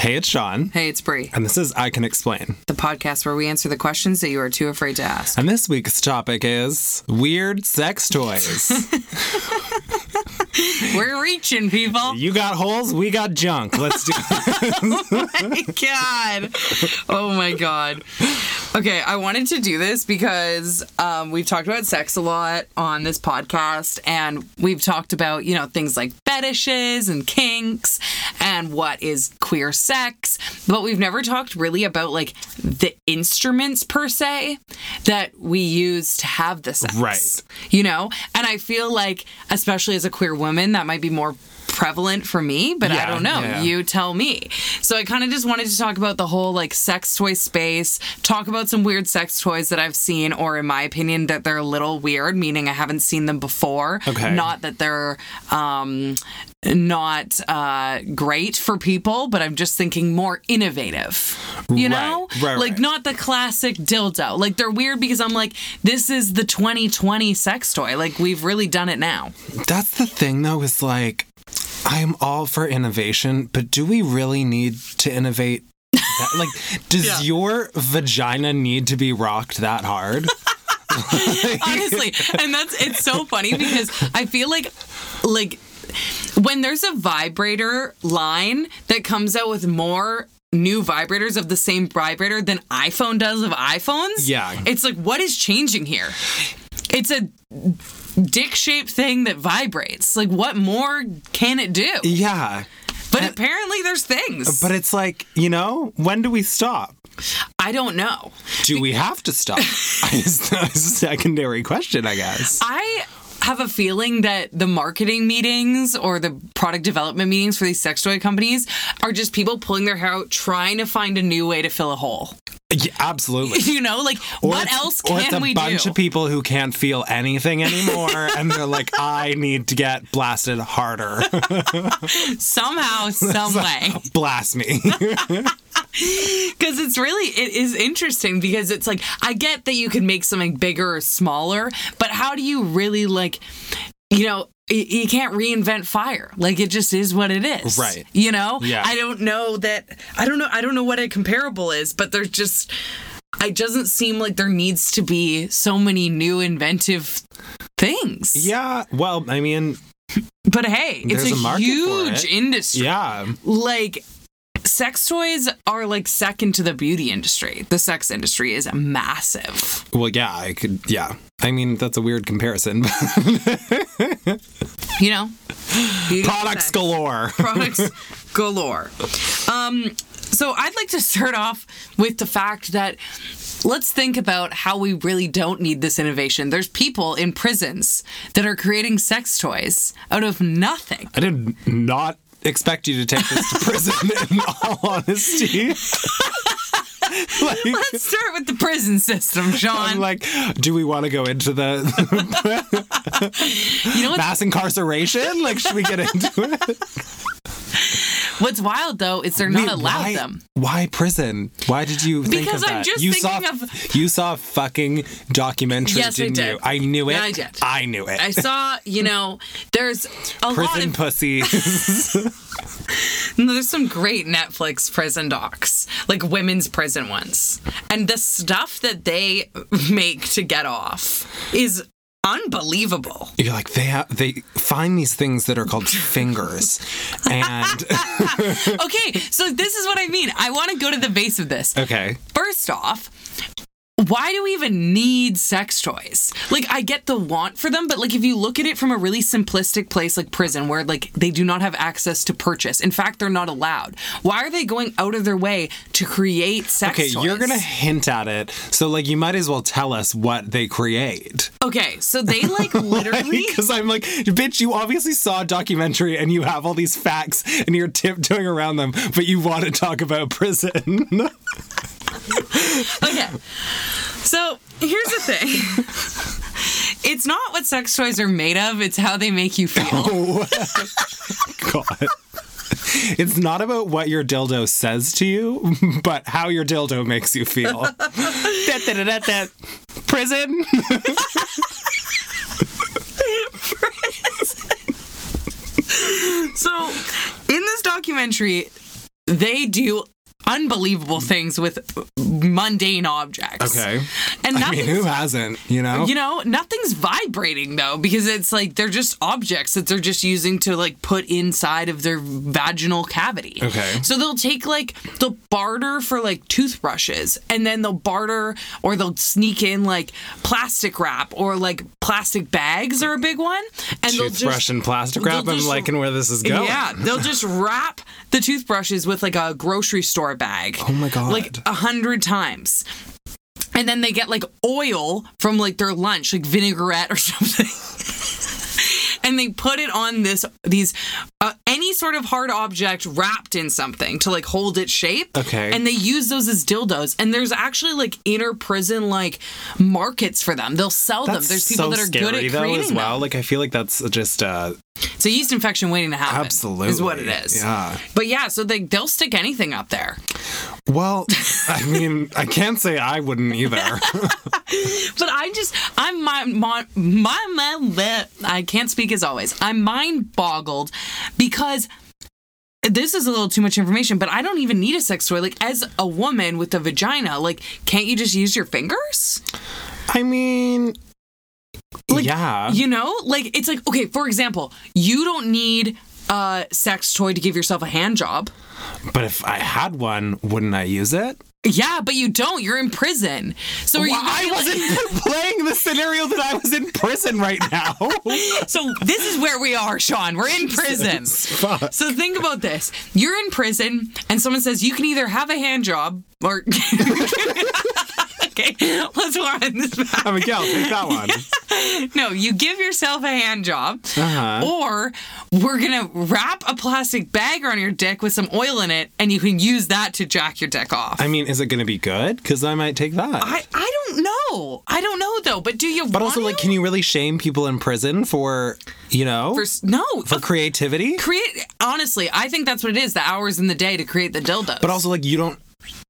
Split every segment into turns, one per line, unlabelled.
Hey, it's Sean.
Hey, it's Bree,
And this is I Can Explain.
the podcast where we answer the questions that you are too afraid to ask.
And this week's topic is weird sex toys.
We're reaching, people.
you got holes, we got junk. Let's do
my God. Oh, my God. Okay, I wanted to do this because um, we've talked about sex a lot on this podcast, and we've talked about, you know, things like fetishes and kinks and what is queer sex, but we've never talked really about like the instruments per se that we use to have the sex.
Right.
you know and i feel like especially as a queer woman that might be more prevalent for me but i
Yeah,
don't know
yeah.
you tell me so i kind of just wanted to talk about the whole like sex toy space talk about some weird sex toys that i've seen or in my opinion that they're a little weird meaning i haven't seen them before
Okay.
not that they're um not uh great for people but i'm just thinking more innovative you
Right,
know
right,
like
right.
not the classic dildo. Like they're weird because I'm like, this is the 2020 sex toy. Like we've really done it now.
That's the thing though, is like, I'm all for innovation, but do we really need to innovate? That? Like, does
Yeah.
your vagina need to be rocked that hard?
Honestly. And that's it's so funny because I feel like like when there's a vibrator line that comes out with more new vibrators of the same vibrator than iPhone does of iPhones.
Yeah.
It's like what is changing here? It's a dick-shaped thing that vibrates. Like what more can it do?
yeah.
But apparently there's things.
But it's like, you know, when do we stop?
I don't know.
Do we have to stop? It's a secondary question, I guess.
I have a feeling that the marketing meetings or the product development meetings for these sex toy companies are just people pulling their hair out trying to find a new way to fill a hole.
Yeah, absolutely.
You know, like what
it's-
else
or it's a
can we
bunch
do?
of people who can't feel anything anymore, and they're like, "I need to get blasted harder.
Somehow, some way.
Blast me."
Because it's really it is interesting because it's like I get that you can make something bigger or smaller, but how do you really like you know y- you can't reinvent fire. Like it just is what it is.
Right.
You know?
Yeah.
I don't know that I don't know I don't know what a comparable is, but there's just it doesn't seem like there needs to be so many new inventive things.
yeah. Well, I mean,
But hey, it's
There's a
a,
market for
huge
it.
industry
yeah.
like sex toys are like second to the beauty industry. The sex industry is massive.
Well, yeah. I could. Yeah. I mean, that's a weird comparison.
You know? Beauty
Products
sex.
galore.
products galore. Um, so I'd like to start off with the fact that let's think about how we really don't need this innovation. There's people in prisons that are creating sex toys out of nothing.
I did not expect you to take this to prison. in all honesty. like,
Let's start with the prison system,
I'm
Sean.
like, do we want to go into the
you know what's
mass incarceration? Like, should we get into it?
What's wild though is they're not
Wait,
allowed
why,
them.
Why prison? Why did you think
Because
of
I'm
that?
just
you
thinking
saw, you saw a fucking documentary,
Yes, I
didn't
did.
you? I knew it.
I did.
I knew it.
I saw, you know, there's a lot
prison
of
pussy.
there's some great Netflix prison docs, like women's prison ones. And the stuff that they make to get off is unbelievable.
You're like they ha- they find these things that are called fingers, and
Okay, so this is what I mean. I want to go to the base of this.
okay,
First off, why do we even need sex toys? Like, I get the want for them, but like, if you look at it from a really simplistic place like prison, where like they do not have access to purchase, in fact, they're not allowed. Why are they going out of their way to create sex
okay,
toys?
you're gonna hint at it, so like you might as well tell us what they create.
Okay, so they like literally.
Because I'm like, bitch, you obviously saw a documentary and you have all these facts and you're tiptoeing around them, but you want to talk about prison.
okay. So here's the thing. It's not what sex toys are made of, it's how they make you feel.
God. It's not about what your dildo says to you, but how your dildo makes you feel. Da-da-da-da-da. Prison?
So, in this documentary, they do unbelievable things with mundane objects.
Okay.
And
I mean,
nothing's
who hasn't, you know?
you know, nothing's vibrating though, because it's like they're just objects that they're just using to like put inside of their vaginal cavity.
Okay.
So they'll take like they'll barter for like toothbrushes, and then they'll barter or they'll sneak in like plastic wrap or like plastic bags are a big one, and they'll
Toothbrush
just.
and plastic
they'll
wrap. I'm
just-
liking where this is going.
Yeah, they'll just wrap the toothbrushes with like a grocery store bag.
Oh my God.
Like a hundred times. And then they get like oil from like their lunch, like vinaigrette or something. and they put it on this these uh, any sort of hard object wrapped in something to like hold its shape.
Okay.
And they use those as dildos. And there's actually like inner prison like markets for them. They'll sell them.
That's
There's people
so
that are
scary
good at
though
creating
as well.
them.
Like I feel like that's just uh
It's a yeast infection waiting to happen.
Absolutely.
Is what it is.
Yeah.
But yeah, so they they'll stick anything up there.
well, I mean, I can't say I wouldn't either.
But I'm just I'm my my my, my bleh. I can't speak as always. I'm mind boggled because this is a little too much information, but I don't even need a sex toy. Like as a woman with a vagina, like can't you just use your fingers?
I mean,
Like,
yeah.
You know, like it's like okay, for example, you don't need a sex toy to give yourself a hand job.
but if I had one, wouldn't I use it?
Yeah, but you don't. You're in prison. So are you
Well,
gonna
I
be like-
wasn't playing the scenario that I was in prison right now.
So this is where we are, Sean. We're in prison.
Fuck.
So think about this. You're in prison and someone says you can either have a hand job or Okay, let's wind this back.
I'm like, yeah, I'll take that one.
No, you give yourself a hand job,
Uh-huh.
or we're gonna wrap a plastic bag around your dick with some oil in it, and you can use that to jack your dick off.
I mean, is it going to be good? Because I might take that.
I, I don't know. I don't know though. But do you?
but also, like, can you really shame people in prison for, you know,
for,
for,
s- uh, no of
creativity?
create honestly i think that's what it is the hours in the day to create the dildos
But also, like, you don't.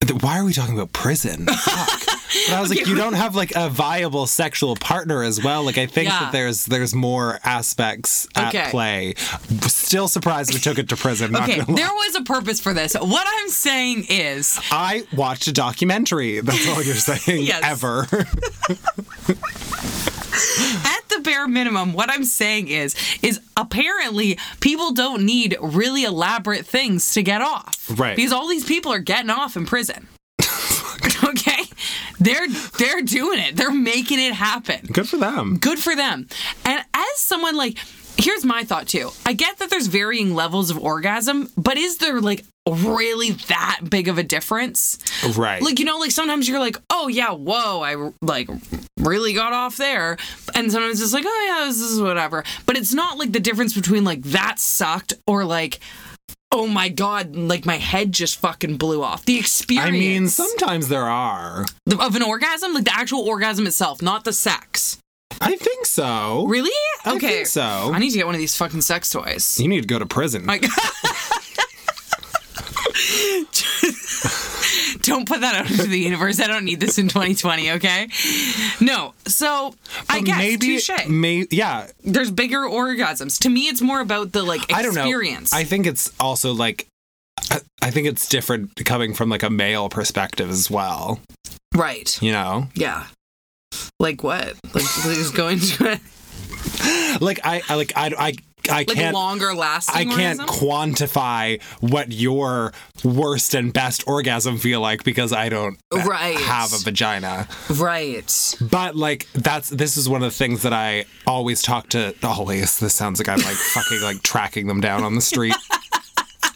th- Why are we talking about prison? Fuck. But I was like, you don't have like a viable sexual partner as well. Like, I think
Yeah.
that there's there's more aspects at
Okay.
play. Still surprised we took it to prison. Not
okay
gonna lie.
there was a purpose for this what i'm saying is
I watched a documentary. That's all you're saying
Yes.
ever.
at the bare minimum what i'm saying is is apparently people don't need really elaborate things to get off
Right.
because all these people are getting off in prison okay they're they're doing it they're making it happen
Good for them.
good for them. And as someone like, here's my thought too. I get that there's varying levels of orgasm, but is there like really that big of a difference?
Right.
Like, you know, like sometimes you're like, oh yeah, whoa, I like really got off there. And sometimes it's like, oh yeah, this is whatever. But it's not like the difference between like that sucked or like, oh my God, like my head just fucking blew off. The experience
I mean, sometimes there are.
of an orgasm, like the actual orgasm itself, not the sex.
I think so.
Really?
I
Okay.
think so.
I need to get one of these fucking sex toys.
You need to go to prison.
Like, don't put that out into the universe. I don't need this in 2020. Okay. No. So I
But
guess
maybe,
touche.
may, yeah.
There's bigger orgasms. To me, it's more about the like
I don't know.
experience.
I think it's also like, I, I think it's different coming from like a male perspective as well.
right.
You know,
Yeah. Like what? Like just going to
like I, I like I, I, I
like
can't.
longer lasting.
I can't
orgasm?
quantify what your worst and best orgasm feel like because I don't
Right.
have a vagina.
right.
But like that's this is one of the things that I always talk to always this sounds like I'm like fucking like tracking them down on the street.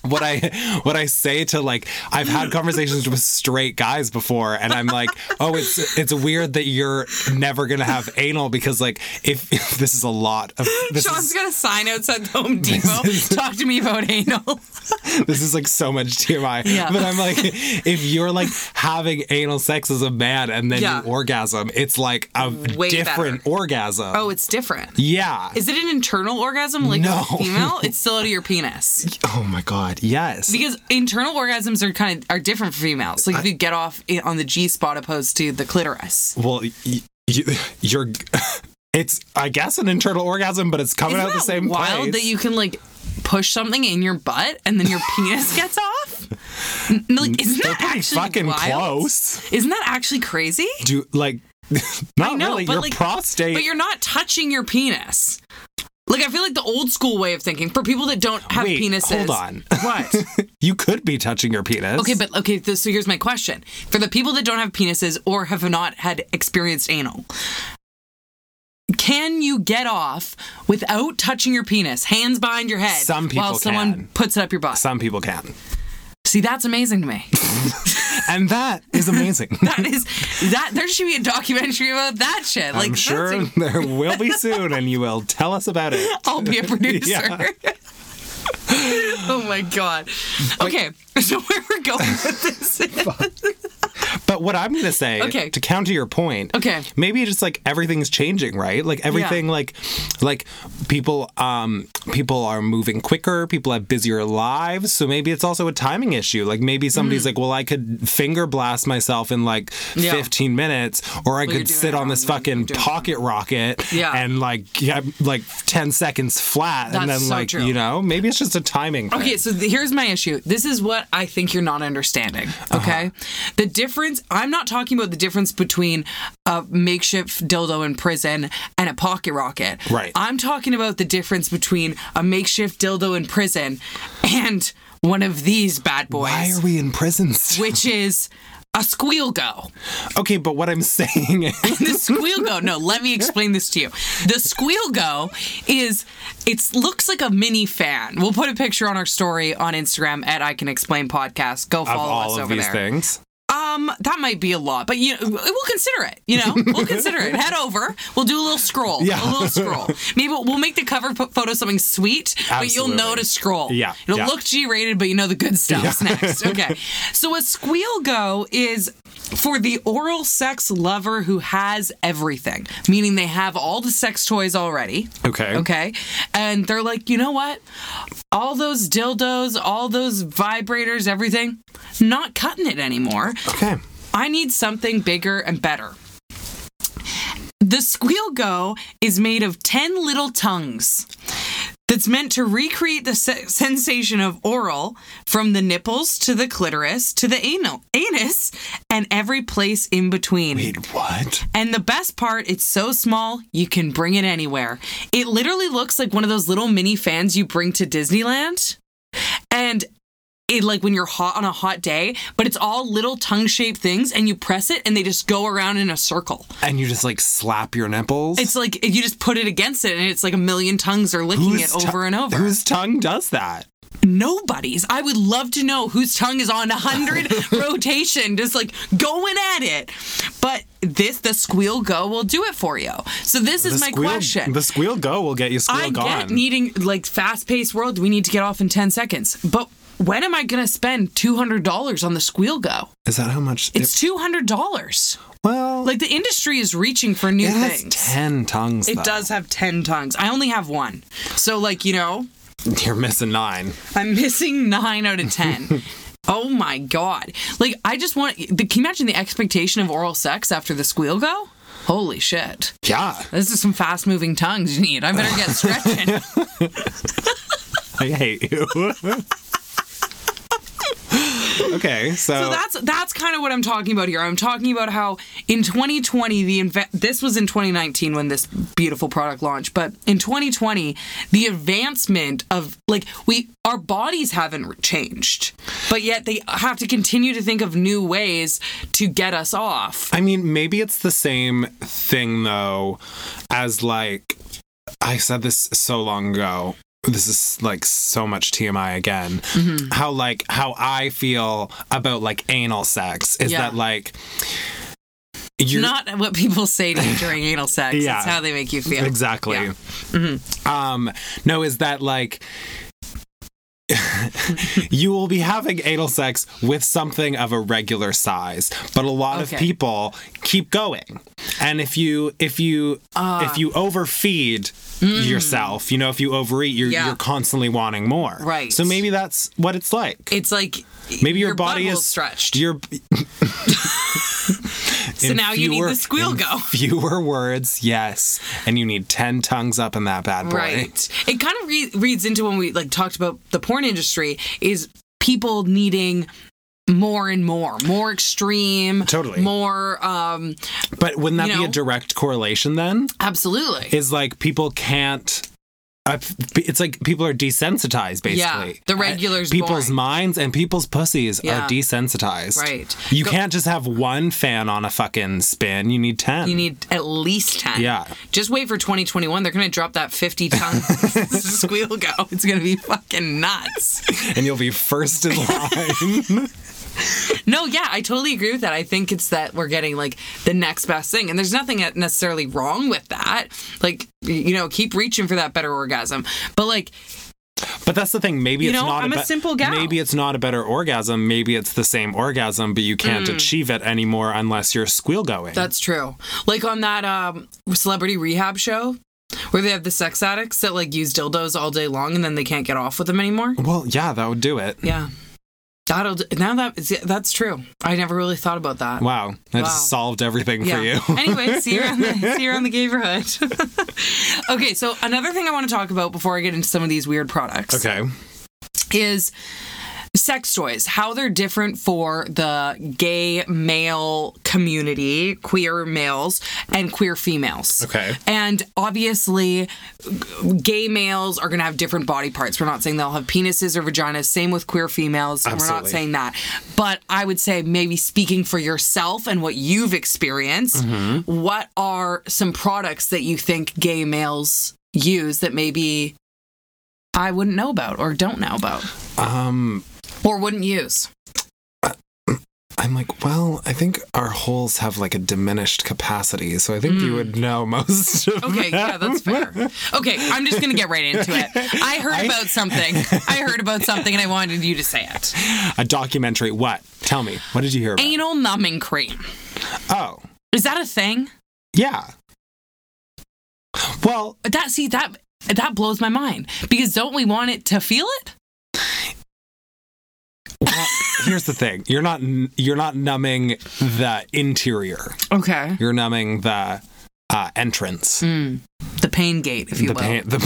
What I what I say to like I've had conversations with straight guys before and I'm like, "Oh, it's it's weird that you're never going to have anal because like if, if this is a lot of this
Sean's
is,
got a sign outside the Home Depot. Talk to me about anal.
this is like so much TMI."
Yeah.
But I'm like if you're like having anal sex as a man and then
Yeah.
you orgasm, it's like a
Way
different orgasm.
Oh, it's different.
Yeah.
Is it an internal orgasm like
No.
female? It's still out of your penis.
Oh my god, yes.
Because internal orgasms are kind of are different for females. Like if you get off i- on the G spot opposed to the clitoris.
well, y- y- you're. It's, I guess, an internal orgasm, but it's coming
Isn't
out
that
the same
wild
place.
that you can like push something in your butt and then your penis gets off? N- Like, isn't
They're
that
pretty
actually
fucking
wild?
close.
Isn't that actually crazy?
Do like not
No,
really
but
your
like,
prostate.
But you're not touching your penis. Like I feel like the old school way of thinking for people that don't have
Wait,
penises.
hold on.
What?
you could be touching your penis.
okay, but okay. th- So here's my question: For the people that don't have penises or have not had experienced anal, can you get off without touching your penis, hands behind your head,
Some people
while someone
can.
puts it up your butt?
some people can,
See, that's amazing to me.
and that is amazing.
That is that. There should be a documentary about that shit. Like
I'm
that's
sure
in-
there will be soon, and you will tell us about it.
I'll be a producer.
Yeah.
oh my god. Okay, so where we're going with this? is-
But what I'm gonna say,
Okay.
to counter your point,
Okay.
maybe just like everything's changing, right? Like everything, like like people, um, people are moving quicker, people have busier lives, so maybe it's also a timing issue. Like maybe somebody's like, well, I could finger blast myself in like
Mm. Yeah.
15 minutes, or I
you're
could
doing
sit
it
on this
wrong, you're
fucking
doing it
pocket rocket
Yeah.
and like get like 10 seconds flat, and
That's
then
so
like
true.
you know, maybe it's just a timing. thing.
Okay, so the, here's my issue. This is what I think you're not understanding.
Uh-huh.
Okay, the difference. I'm not talking about the difference between a makeshift dildo in prison and a pocket rocket.
Right.
I'm talking about the difference between a makeshift dildo in prison and one of these bad boys,
Why are we in prison? still?
which is a squeal go.
Okay, but what I'm saying is.
the squeal go no let me explain this to you the squeal go is it looks like a mini fan we'll put a picture on our story on instagram at i can explain podcast go
Of
follow us
all of
over
these
there
things.
um that might be a lot but you we'll consider it you know we'll consider it head over we'll do a little scroll
Yeah.
a little scroll maybe we'll, we'll make the cover po- photo something sweet but you'll know
Absolutely.
to scroll
Yeah,
it'll
yeah.
look g-rated but you know the good stuff's next okay so a squeal go is for the oral sex lover who has everything meaning they have all the sex toys already
Okay.
Okay. And they're like, you know what? All those dildos, all those vibrators, everything, not cutting it anymore.
Okay.
I need something bigger and better. The Squeal Go is made of 10 little tongues that's meant to recreate the se- sensation of oral from the nipples to the clitoris to the anal- anus and every place in between.
Wait, what?
And the best part, it's so small, you can bring it anywhere. It literally looks like one of those little mini fans you bring to Disneyland. And it like when you're hot on a hot day, but it's all little tongue-shaped things and you press it and they just go around in a circle.
And you just like slap your nipples?
It's like you just put it against it and it's like a million tongues are licking
Whose
it
tongue-
over and over.
Whose tongue does that?
Nobody's. I would love to know whose tongue is on a hundred rotation, just like going at it. But this, the squeal go will do it for you. So this is my
squeal,
question.
The squeal go will get you squeal
I
gone.
get needing like fast-paced world. We need to get off in ten seconds, but. When am I gonna spend two hundred dollars on the squeal go?
Is that how much?
It's two hundred dollars.
well,
Like the industry is reaching for new
it has
things.
ten tongues.
It
though.
does have ten tongues. I only have one, so like you know,
You're missing nine.
I'm missing nine out of ten. oh my god! Like I just want. The, can you imagine the expectation of oral sex after the squeal go? Holy shit!
Yeah,
This is some fast moving tongues you need. I better get stretching.
I hate you. okay, so,
so that's that's kind of what I'm talking about here. I'm talking about how in 2020 the inve- this was in 2019 when this beautiful product launched, but in 2020 the advancement of like we our bodies haven't changed, but yet they have to continue to think of new ways to get us off.
I mean, maybe it's the same thing though, as like I said this so long ago. This is like so much TMI again. How like how I feel about like anal sex is
Yeah.
that like you're
Not what people say to you during anal sex.
Yeah.
It's how they make you feel.
exactly.
Yeah.
Um, no, is that like you will be having anal sex with something of a regular size, but a lot
Okay.
of people keep going. And if you if you
Ah.
if you overfeed yourself, you know, if you overeat, you're
Mm. Yeah.
you're constantly wanting more.
Right.
So maybe that's what it's like.
It's like
maybe your,
your
body
butthole
is
stretched.
Your
so now you need the squeal go.
Fewer words, yes, and you need ten tongues up in that bad boy.
Right. It kind of re- reads into when we like talked about the porn industry is people needing more and more, more extreme,
Totally.
more. Um,
But wouldn't that
You
be a
know?
direct correlation then?
absolutely.
Is like people can't. I- It's like people are desensitized, basically.
Yeah, the regular's
I- people's
boring.
minds and people's pussies
Yeah.
are desensitized.
Right.
You can't just have one fan on a fucking spin. You need ten.
you need at least 10.
Yeah.
Just wait for 2021. They're going to drop that 50 ton squeal go. It's going to be fucking nuts.
and you'll be first in line.
No, yeah, I totally agree with that. I think it's that we're getting like the next best thing, and there's nothing necessarily wrong with that. Like, you know, keep reaching for that better orgasm. But like,
But that's the thing. Maybe
You
it's
know,
not.
I'm a
be-
simple gal.
Maybe it's not a better orgasm. Maybe it's the same orgasm, but you can't
Mm.
achieve it anymore unless you're squeal going.
that's true. Like on that um, celebrity rehab show where they have the sex addicts that like use dildos all day long and then they can't get off with them anymore.
well, yeah, that would do it.
Yeah, that'll d- now that is- that's true. I never really thought about that.
Wow, that just
Wow.
solved everything for you.
anyway, see you around the, see you around the gayborhood. okay, so another thing I want to talk about before I get into some of these weird products.
okay.
is sex toys how they're different for the gay male community queer males and queer females
Okay.
and obviously g- gay males are going to have different body parts we're not saying they'll have penises or vaginas same with queer females we're not
Absolutely.
saying that but i would say maybe speaking for yourself and what you've experienced
Mm-hmm.
what are some products that you think gay males use that maybe I wouldn't know about or don't know about
Um,
or wouldn't use.
I'm like, well, I think our holes have like a diminished capacity, so I think you would know most. Of
Hmm. Okay, yeah, that's fair. Okay, I'm just gonna get right into it. I heard
I-
about something. I heard about something and I wanted you to say it.
a documentary. What? Tell me. What did you hear about?
Anal numbing cream.
Oh,
Is that a thing?
yeah. Well,
That see that that blows my mind because don't we want it to feel it?
Well, here's the thing. You're not you're not numbing the interior.
Okay.
You're numbing the uh, entrance.
The pain gate, if you
the
will.
pain the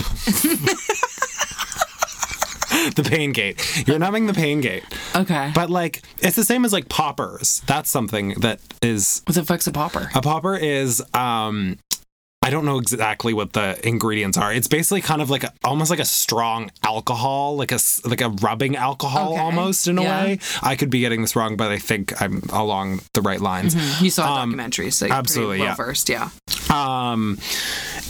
The pain gate. You're numbing the pain gate.
Okay.
But like it's the same as like poppers. That's something that is
what the fuck's a popper?
a popper is um I don't know exactly what the ingredients are. It's basically kind of like a, almost like a strong alcohol, like a s- like a rubbing alcohol
Okay.
almost in a
Yeah.
way. I could be getting this wrong, but I think I'm along the right lines.
You saw a
Um,
documentary, so you're
absolutely,
pretty well
yeah.
versed, yeah.
Um,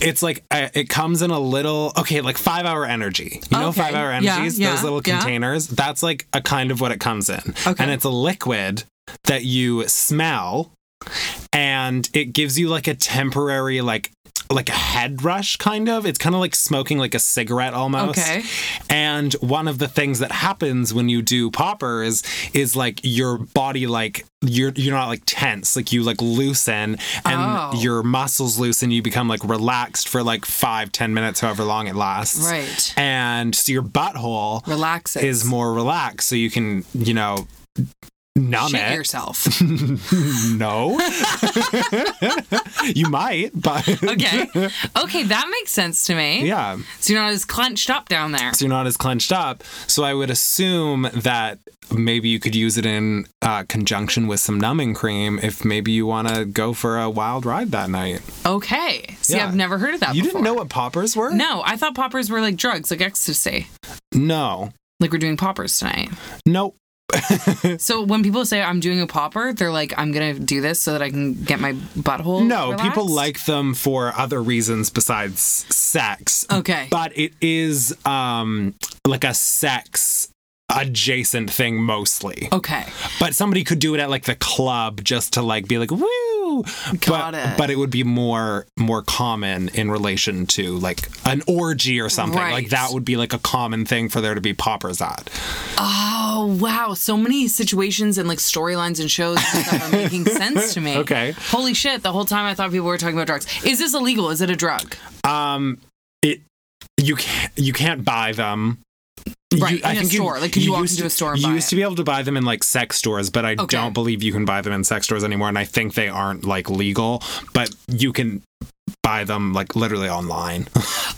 it's like uh, it comes in a little okay, like five hour energy. You know,
Okay.
five hour
Yeah,
energies,
yeah,
those little
yeah.
containers. That's like a kind of what it comes in,
Okay.
and it's a liquid that you smell, and it gives you like a temporary like like a head rush kind of it's kind of like smoking like a cigarette almost
Okay.
and one of the things that happens when you do poppers is like your body like you're you're not like tense like you like loosen and
Oh.
your muscles loosen you become like relaxed for like five ten minutes however long it lasts
Right.
and so your butthole
Relax it.
is more relaxed so you can you know numb
Shit
it
yourself.
no you might but
Okay. Okay, that makes sense to me.
yeah
So you're not as clenched up down there.
so you're not as clenched up. So I would assume that maybe you could use it in uh, conjunction with some numbing cream if maybe you want to go for a wild ride that night.
Okay. See,
Yeah.
I've never heard of that
You
before.
didn't know what poppers were?
No, I thought poppers were like drugs, like ecstasy.
No.
Like we're doing poppers tonight.
Nope.
So when people say I'm doing a popper, they're like, I'm gonna do this so that I can get my butthole.
No, people
relaxed?"
like them for other reasons besides sex.
Okay.
But it is um like a sex adjacent thing mostly.
okay.
But somebody could do it at like the club just to like be like woo.
Got
but,
it.
But it would be more more common in relation to like an orgy or something.
Right.
Like that would be like a common thing for there to be poppers at.
Oh wow. So many situations and like storylines and shows and stuff are making sense to me.
Okay.
Holy shit, the whole time I thought people were talking about drugs. Is this illegal? Is it a drug?
Um, it you can't you can't buy them.
Right, in a store. Like, could you walk
used
into
to-
a store and
You
buy
used
it?
to be able to buy them in like sex stores, but I
Okay.
don't believe you can buy them in sex stores anymore. And I think they aren't like legal, but you can buy them like literally online.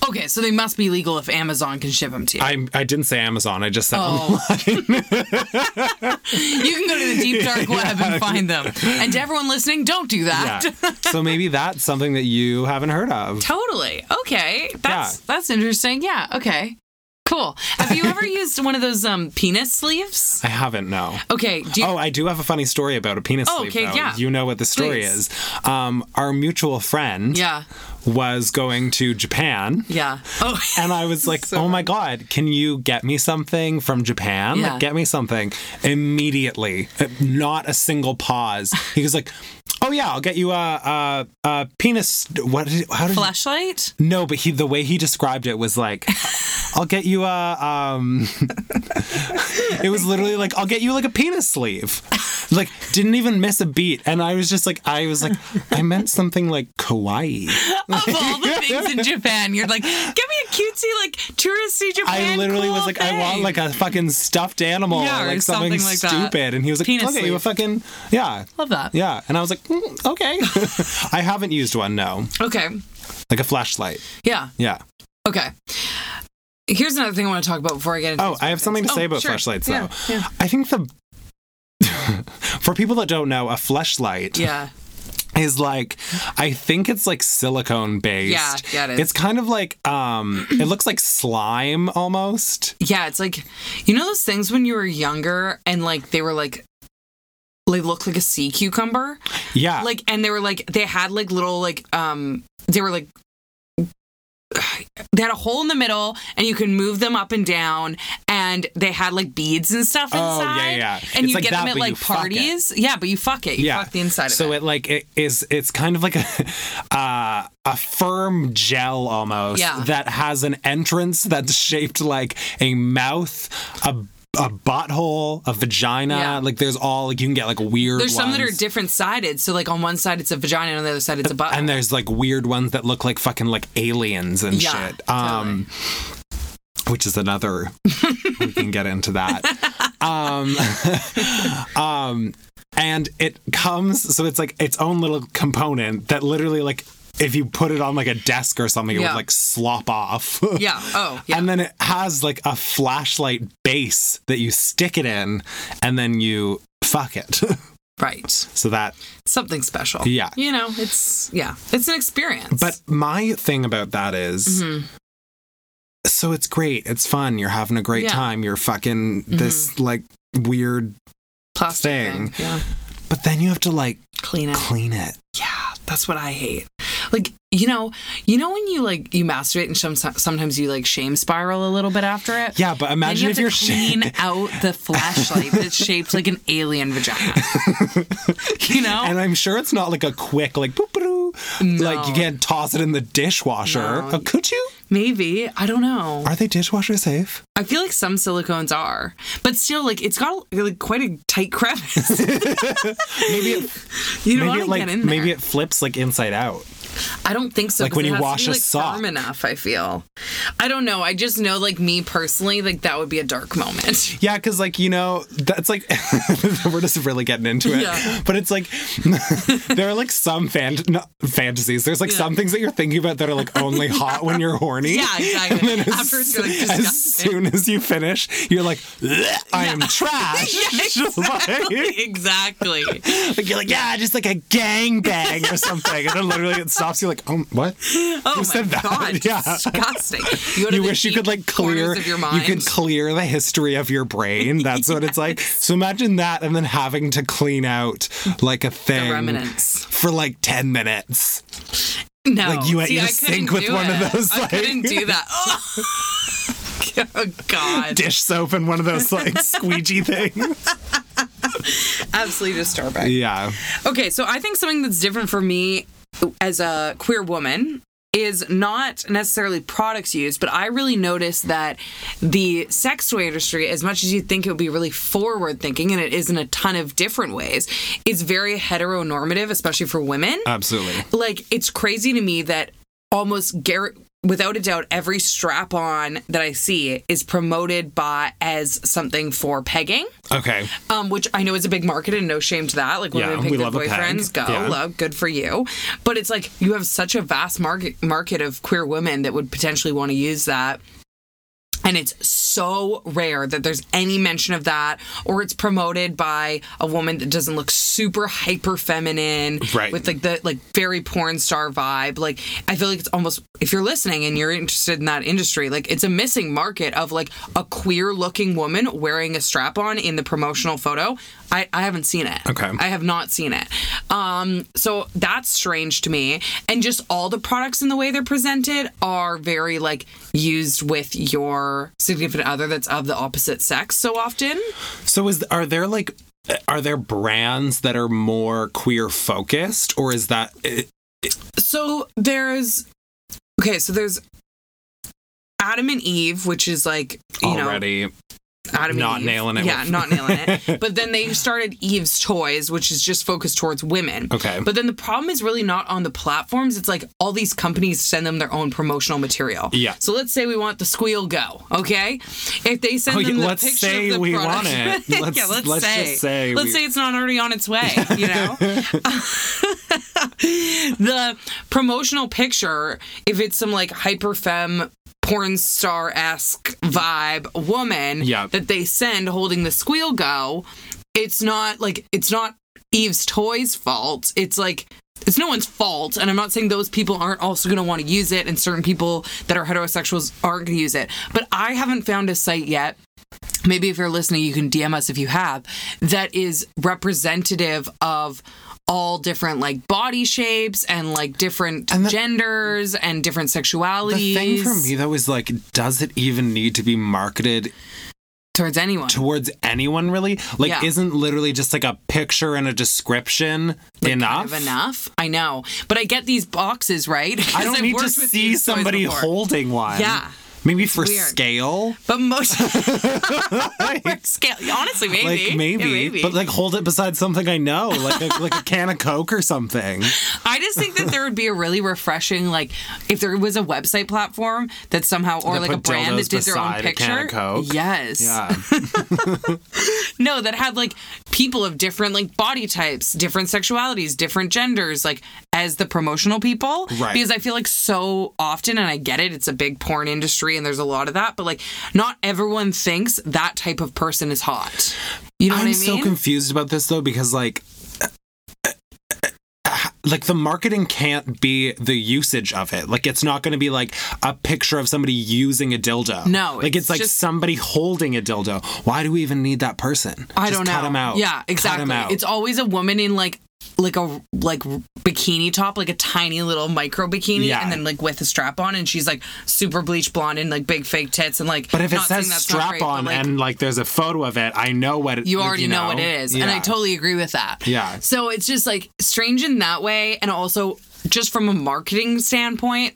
Okay, so they must be legal if Amazon can ship them to you.
I I didn't say Amazon. I just said
Oh. you can go to the deep dark web and find them. And to everyone listening, don't do
yeah.
that.
so maybe that's something that you haven't heard of.
Totally. Okay. That's
Yeah.
that's interesting. Yeah. Okay. Cool. Have you ever used one of those um penis sleeves?
I haven't. No.
Okay. Do you,
Oh, I do have a funny story about a penis
Oh,
sleeve.
okay,
though.
yeah.
You know what the story
Please.
is. Um, our mutual friend
Yeah.
was going to Japan.
Yeah. Oh.
And I was like, oh my God, can you get me something from Japan?
Yeah.
Like, get me something immediately. Not a single pause. He was like, oh yeah, I'll get you a, a, a penis. What? Did, how did
Flashlight?
No, but he the way he described it was like, I'll get you a um. it was literally like I'll get you like a penis sleeve, like didn't even miss a beat, and I was just like I was like I meant something like kawaii.
Of all the things in Japan, you're like, give me a cutesy, like touristy Japan.
I literally
cool
was like I want
thing."
like a fucking stuffed animal,
Yeah,
or
or
like something,
something like that.
stupid, and he was like
Penis
I'll get you a
sleeve.
fucking yeah.
love that.
Yeah, and I was like, mm, okay. I haven't used one, no.
Okay.
Like a flashlight.
Yeah.
Yeah.
Okay. Here's another thing I want to talk about before I get into
Oh,
these
I have something to
things.
say
Oh,
about
sure.
flashlights,
Yeah,
though. I think the for people that don't know, a flashlight
Yeah.
is like I think it's like silicone based.
Yeah, yeah, it is.
It's kind of like um, it looks like slime almost.
Yeah, it's like you know those things when you were younger and like they were like they looked like a sea cucumber.
Yeah,
Like and they were like they had like little like um they were like they had a hole in the middle and you can move them up and down and they had like beads and stuff
Oh, yeah,
inside.
yeah.
And
It's
you
like
get
that,
them at
but you
like
fuck it.
parties. Yeah, but you fuck it. You
yeah.
fuck the inside of
so
it.
it like it is. It's kind of like a uh, a firm gel almost.
Yeah.
That has an entrance that's shaped like a mouth. A a butthole, a vagina,
Yeah.
like there's all like you can get like weird.
There's some that are
ones.
different sided. So like on one side it's a vagina and on the other side it's a butt.
and there's like weird ones that look like fucking like aliens and
Yeah,
shit. Um which is another we can get into that. Um um and it comes so it's like its own little component that literally like if you put it on like a desk or something it
Yeah.
would like slop off.
yeah. Oh, yeah.
And then it has like a flashlight base that you stick it in and then you fuck it.
right.
so that
something special.
Yeah.
You know, it's yeah, it's an experience.
But my thing about that
Mm-hmm.
is, so it's great, it's fun, you're having a great
Yeah. Mm-hmm.
time, you're fucking this like weird,
plastic
thing.
yeah,
but then you have to like
clean it.
clean it.
Yeah, that's what I hate. Like you know, you know when you like you masturbate and some, sometimes you like shame spiral a little bit after it.
Yeah, but
Then you
imagine
have
if
to
you're
clean
shit.
out the flashlight that's shaped like an alien vagina. you know,
And I'm sure it's not like a quick like boop boop. Like you
Oh. No.
can't toss it in the dishwasher.
No.
Oh, could you?
maybe I don't know.
Are they dishwasher safe?
I feel like some silicones are, but still, like it's got like quite a tight crevice.
Maybe it,
You
maybe
don't want
it
to
like
get in there.
maybe it flips like inside out.
I don't think so.
Like
'cause
when
it
you
has to
wash
be,
a
like,
sock.
Firm enough, I feel. I don't know. I just know, like me personally, like that would be a dark moment.
Yeah, because like you know, that's like we're just really getting into it.
Yeah.
But it's like there are like some fan not fantasies. There's like some things that you're thinking about that are like only hot when you're horny.
Yeah, exactly.
And then
After
as,
it's, like,
as
disgusting.
soon as you finish, you're like, "Ugh, I am trash. like,
exactly.
like, you're like, yeah, just like a gangbang or something, and then literally it stops you. Like, oh, what?
Oh my
said that?
god,
Yeah.
disgusting. go to
you
the
wish you
deep
could like
corners
clear
of your
you
mind.
could clear the history of your brain that's what it's like so imagine that and then having to clean out like a thing
remnants.
for like 10 minutes
No,
like, you at
See,
your
I couldn't
sink with
do
one of
it.
those,
I
like-
couldn't do that. Oh, oh god,
dish soap and one of those like squeegee things
absolutely disturbing.
yeah
Okay, so I think something that's different for me as a queer woman is not necessarily products used, but I really noticed that the sex toy industry, as much as you'd think it would be really forward thinking, and it is in a ton of different ways, is very
Uh.
heteronormative, especially for women.
absolutely
like, it's crazy to me that almost gar- without a doubt, every strap on that I see is promoted by as something for pegging.
Okay.
Um, which I know is a big market and no shame to that. Like women
Yeah,
pick
we
their
love a peg.
boyfriends, go
Yeah.
love, good for you. But it's like you have such a vast market market of queer women that would potentially want to use that. And it's so rare that there's any mention of that, or it's promoted by a woman that doesn't look super hyper feminine,
Right.
With like the like very porn star vibe. Like I feel like it's almost if you're listening and you're interested in that industry, like it's a missing market of like a queer looking woman wearing a strap on in the promotional photo. I, I haven't seen it.
Okay.
I have not seen it. Um, so that's strange to me. And just all the products and the way they're presented are very like used with your significant other that's of the opposite sex so often.
So is are there like are there brands that are more queer focused or is that eh,
So there's okay, so there's Adam and Eve, which is like you know
already
Adam
Not
and Eve.
nailing it
Yeah,
with-
not nailing it. But then they started Eve's Toys, which is just focused towards women.
Okay.
But then the problem is really not on the platforms. It's like all these companies send them their own promotional material.
Yeah.
So let's say we want the squeal go. Okay. If they send
Oh, yeah,
them the
let's
picture
say
of the
we
product,
want it. Let's-
yeah, let's,
let's
say.
just say
Let's
we-
say it's not already on its way. You know. the promotional picture, if it's some like hyper femme porn star esque vibe woman
Yeah.
that they send holding the squeal go, it's not like it's not Eve's toys fault. It's like it's no one's fault, and I'm not saying those people aren't also going to want to use it, and certain people that are heterosexuals aren't going to use it. But I haven't found a site yet maybe if you're listening, you can DM us if you have, that is representative of all different like body shapes and like different
And the-
genders and different sexualities
the thing for me though is like does it even need to be marketed
towards anyone.
towards anyone really like
Yeah.
isn't literally just like a picture and a description enough
Kind of enough. I know. But I get these boxes, right?
i
'Cause
don't
I've
need to
worked with
see
these toys
somebody
before.
holding one
Yeah.
maybe for
Weird.
scale
But most
like
scale honestly maybe.
maybe,
Yeah, maybe.
but like hold it beside something i know like a, like a can of coke or something
I just think that there would be a really refreshing, like, if there was a website platform that somehow, or
That
like a
put
brand
dildos
that did their own
beside a
picture.
can of Coke.
Yes.
yeah
No, that had like people of different like body types, different sexualities, different genders, like as the promotional people.
Right.
Because I feel like so often, and I get it, it's a big porn industry and there's a lot of that, but like not everyone thinks that type of person is hot. You know
I'm
what I mean?
so confused about this though because like like the marketing can't be the usage of it. Like it's not going to be like a picture of somebody using a dildo.
No,
like it's,
it's
like
just-
somebody holding a dildo. Why do we even need that person?
I
Just
don't know.
Cut them out.
Yeah, exactly.
Cut 'em out.
It's always a woman in like like a like bikini top, like a tiny little micro bikini,
Yeah.
and then like with a strap on, and she's like super bleach blonde and like big fake tits and like.
but if it
not saying
says
that's not
strap
great, but,
on
like,
and like there's a photo of it, I know what it,
you already know, what it is, and I
Yeah.
totally agree with that.
Yeah.
So it's just like strange in that way, and also just from a marketing standpoint,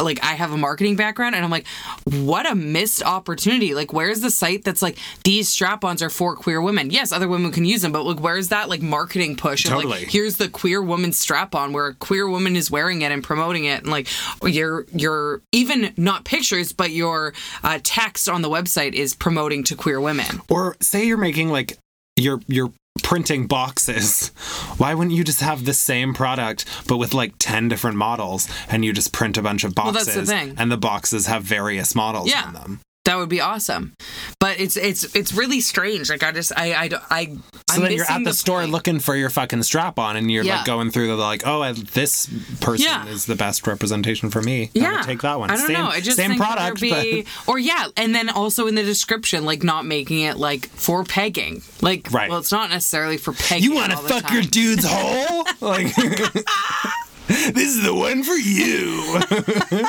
like I have a marketing background and I'm like, what a missed opportunity. Like, where's the site that's like, these strap ons are for queer women? Yes, other women can use them, but like, where's that like marketing push? of,
Totally.
Like, here's the queer woman strap on where a queer woman is wearing it and promoting it. And like, your, your, even not pictures, but your uh, text on the website is promoting to queer women.
Or say you're making like you're you're printing boxes. Why wouldn't you just have the same product but with like 10 different models and you just print a bunch of boxes
that's the thing.
and the boxes have various models
Yeah.
in them.
That would be awesome, but it's it's it's really strange. Like I just I I don't- I.
So
I'm
then you're
missing
at the, store
point.
looking for your fucking strap on and you're
Yeah.
like going through the like, oh, I, this person
Yeah.
is the best representation for me. I'm gonna
Yeah,
take that one.
I don't
same,
know. I just
same
think that
product,
there'd be, or yeah, and then also in the description, like not making it like for pegging. Like
Right.
well, it's not necessarily for
but
pegging.
you want to
all the
fuck
time.
your dude's hole? Like, this is the one for you.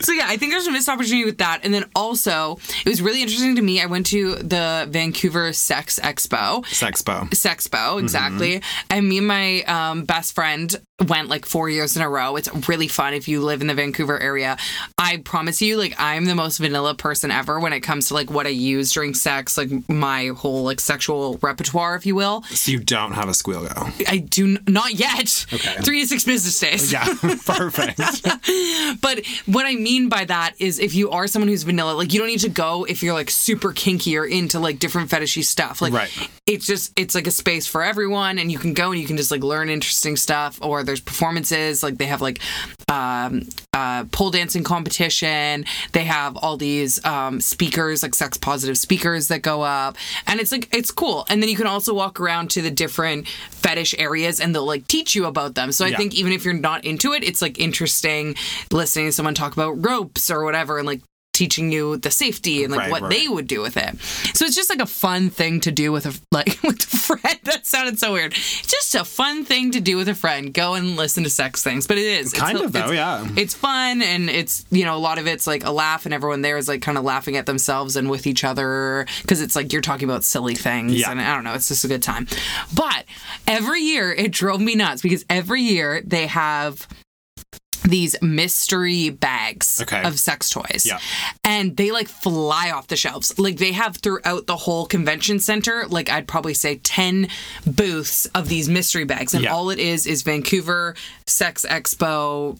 So yeah, I think there's a missed opportunity with that. And then also, it was really interesting to me. I went to the Vancouver Sex Expo.
Sexpo.
Sexpo, exactly. And me and my um, best friend, went like four years in a row. It's really fun if you live in the Vancouver area. I promise you, like, I'm the most vanilla person ever when it comes to like what I use during sex, like my whole like sexual repertoire, if you will.
So you don't have a squeal go.
I do n- not yet. Three to six business days.
Yeah, perfect.
But what I mean by that is if you are someone who's vanilla, like you don't need to go if you're like super kinky or into like different fetishy stuff. Like
Right.
it's just it's like a space for everyone and you can go and you can just like learn interesting stuff or there's performances like they have like um uh pole dancing competition. They have all these um speakers like sex positive speakers that go up and it's like it's cool. And then you can also walk around to the different fetish areas and they'll like teach you about them. So I
Yeah.
think even if you're not into it, it's like interesting listening to someone talk about ropes or whatever and like teaching you the safety and like
Right,
what
right.
they would do with it. So it's just like a fun thing to do with a like with a friend. That sounded so weird. It's just a fun thing to do with a friend. Go and listen to sex things. But it is. It's
Kind
hil-
of, though,
it's-
yeah.
It's fun and it's you know, a lot of it's like a laugh and everyone there is like kind of laughing at themselves and with each other because it's like you're talking about silly things
Yeah.
and I don't know, it's just a good time. But every year it drove me nuts because every year they have these mystery bags
Okay.
of sex toys.
Yeah.
And they like fly off the shelves. Like they have throughout the whole convention center, like I'd probably say 10 booths of these mystery bags. And
Yeah.
all it is is Vancouver Sex Expo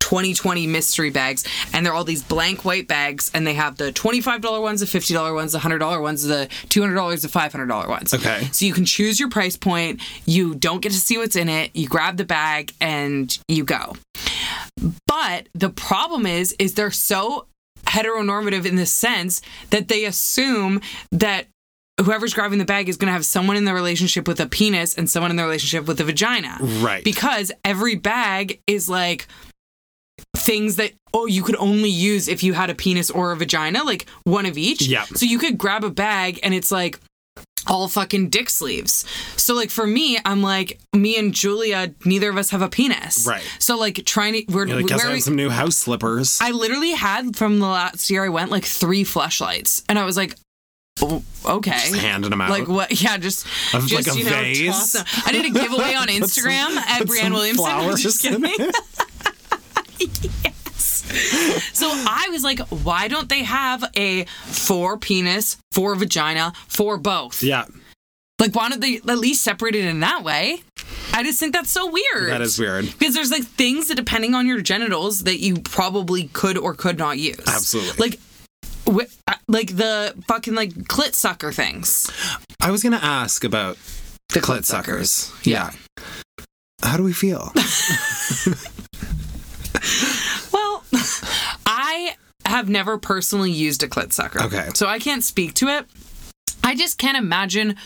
2020 mystery bags. And they're all these blank white bags. And they have the $25 ones, the $50 ones, the $100 ones, the $200, the $500 ones.
Okay.
So you can choose your price point. You don't get to see what's in it. You grab the bag and you go. But the problem is, is they're so heteronormative in the sense that they assume that whoever's grabbing the bag is going to have someone in the relationship with a penis and someone in the relationship with a vagina.
Right.
Because every bag is like things that oh you could only use if you had a penis or a vagina, like one of each.
Yeah.
So you could grab a bag and it's like all fucking dick sleeves. So like for me, I'm like me and Julia, neither of us have a penis.
Right.
So like trying to we're,
You're like, guess
where
I
we-
have some new house slippers.
I literally had from the last year I went like three flashlights, and I was like, "Oh, okay.
Just handing them out.
Like what? Yeah, just,
Of,
just
like, a
you know,
vase?
toss them. I did a giveaway on
Put some-
Instagram at
put
Brianne
some
Williamson. I'm just
flowers in
kidding.
it.
So I was like, why don't they have a four penis, four vagina, four both?
yeah,
Like, why don't they at least separate it in that way? I just think that's so weird.
that is weird.
Because there's like things that depending on your genitals that you probably could or could not use.
Absolutely.
Like, wi- uh, like the fucking like clit sucker things.
I was gonna ask about
The
clit suckers. Yeah. How do we feel?
Well, I have never personally used a clit sucker.
Okay.
So I can't speak to it. I just can't imagine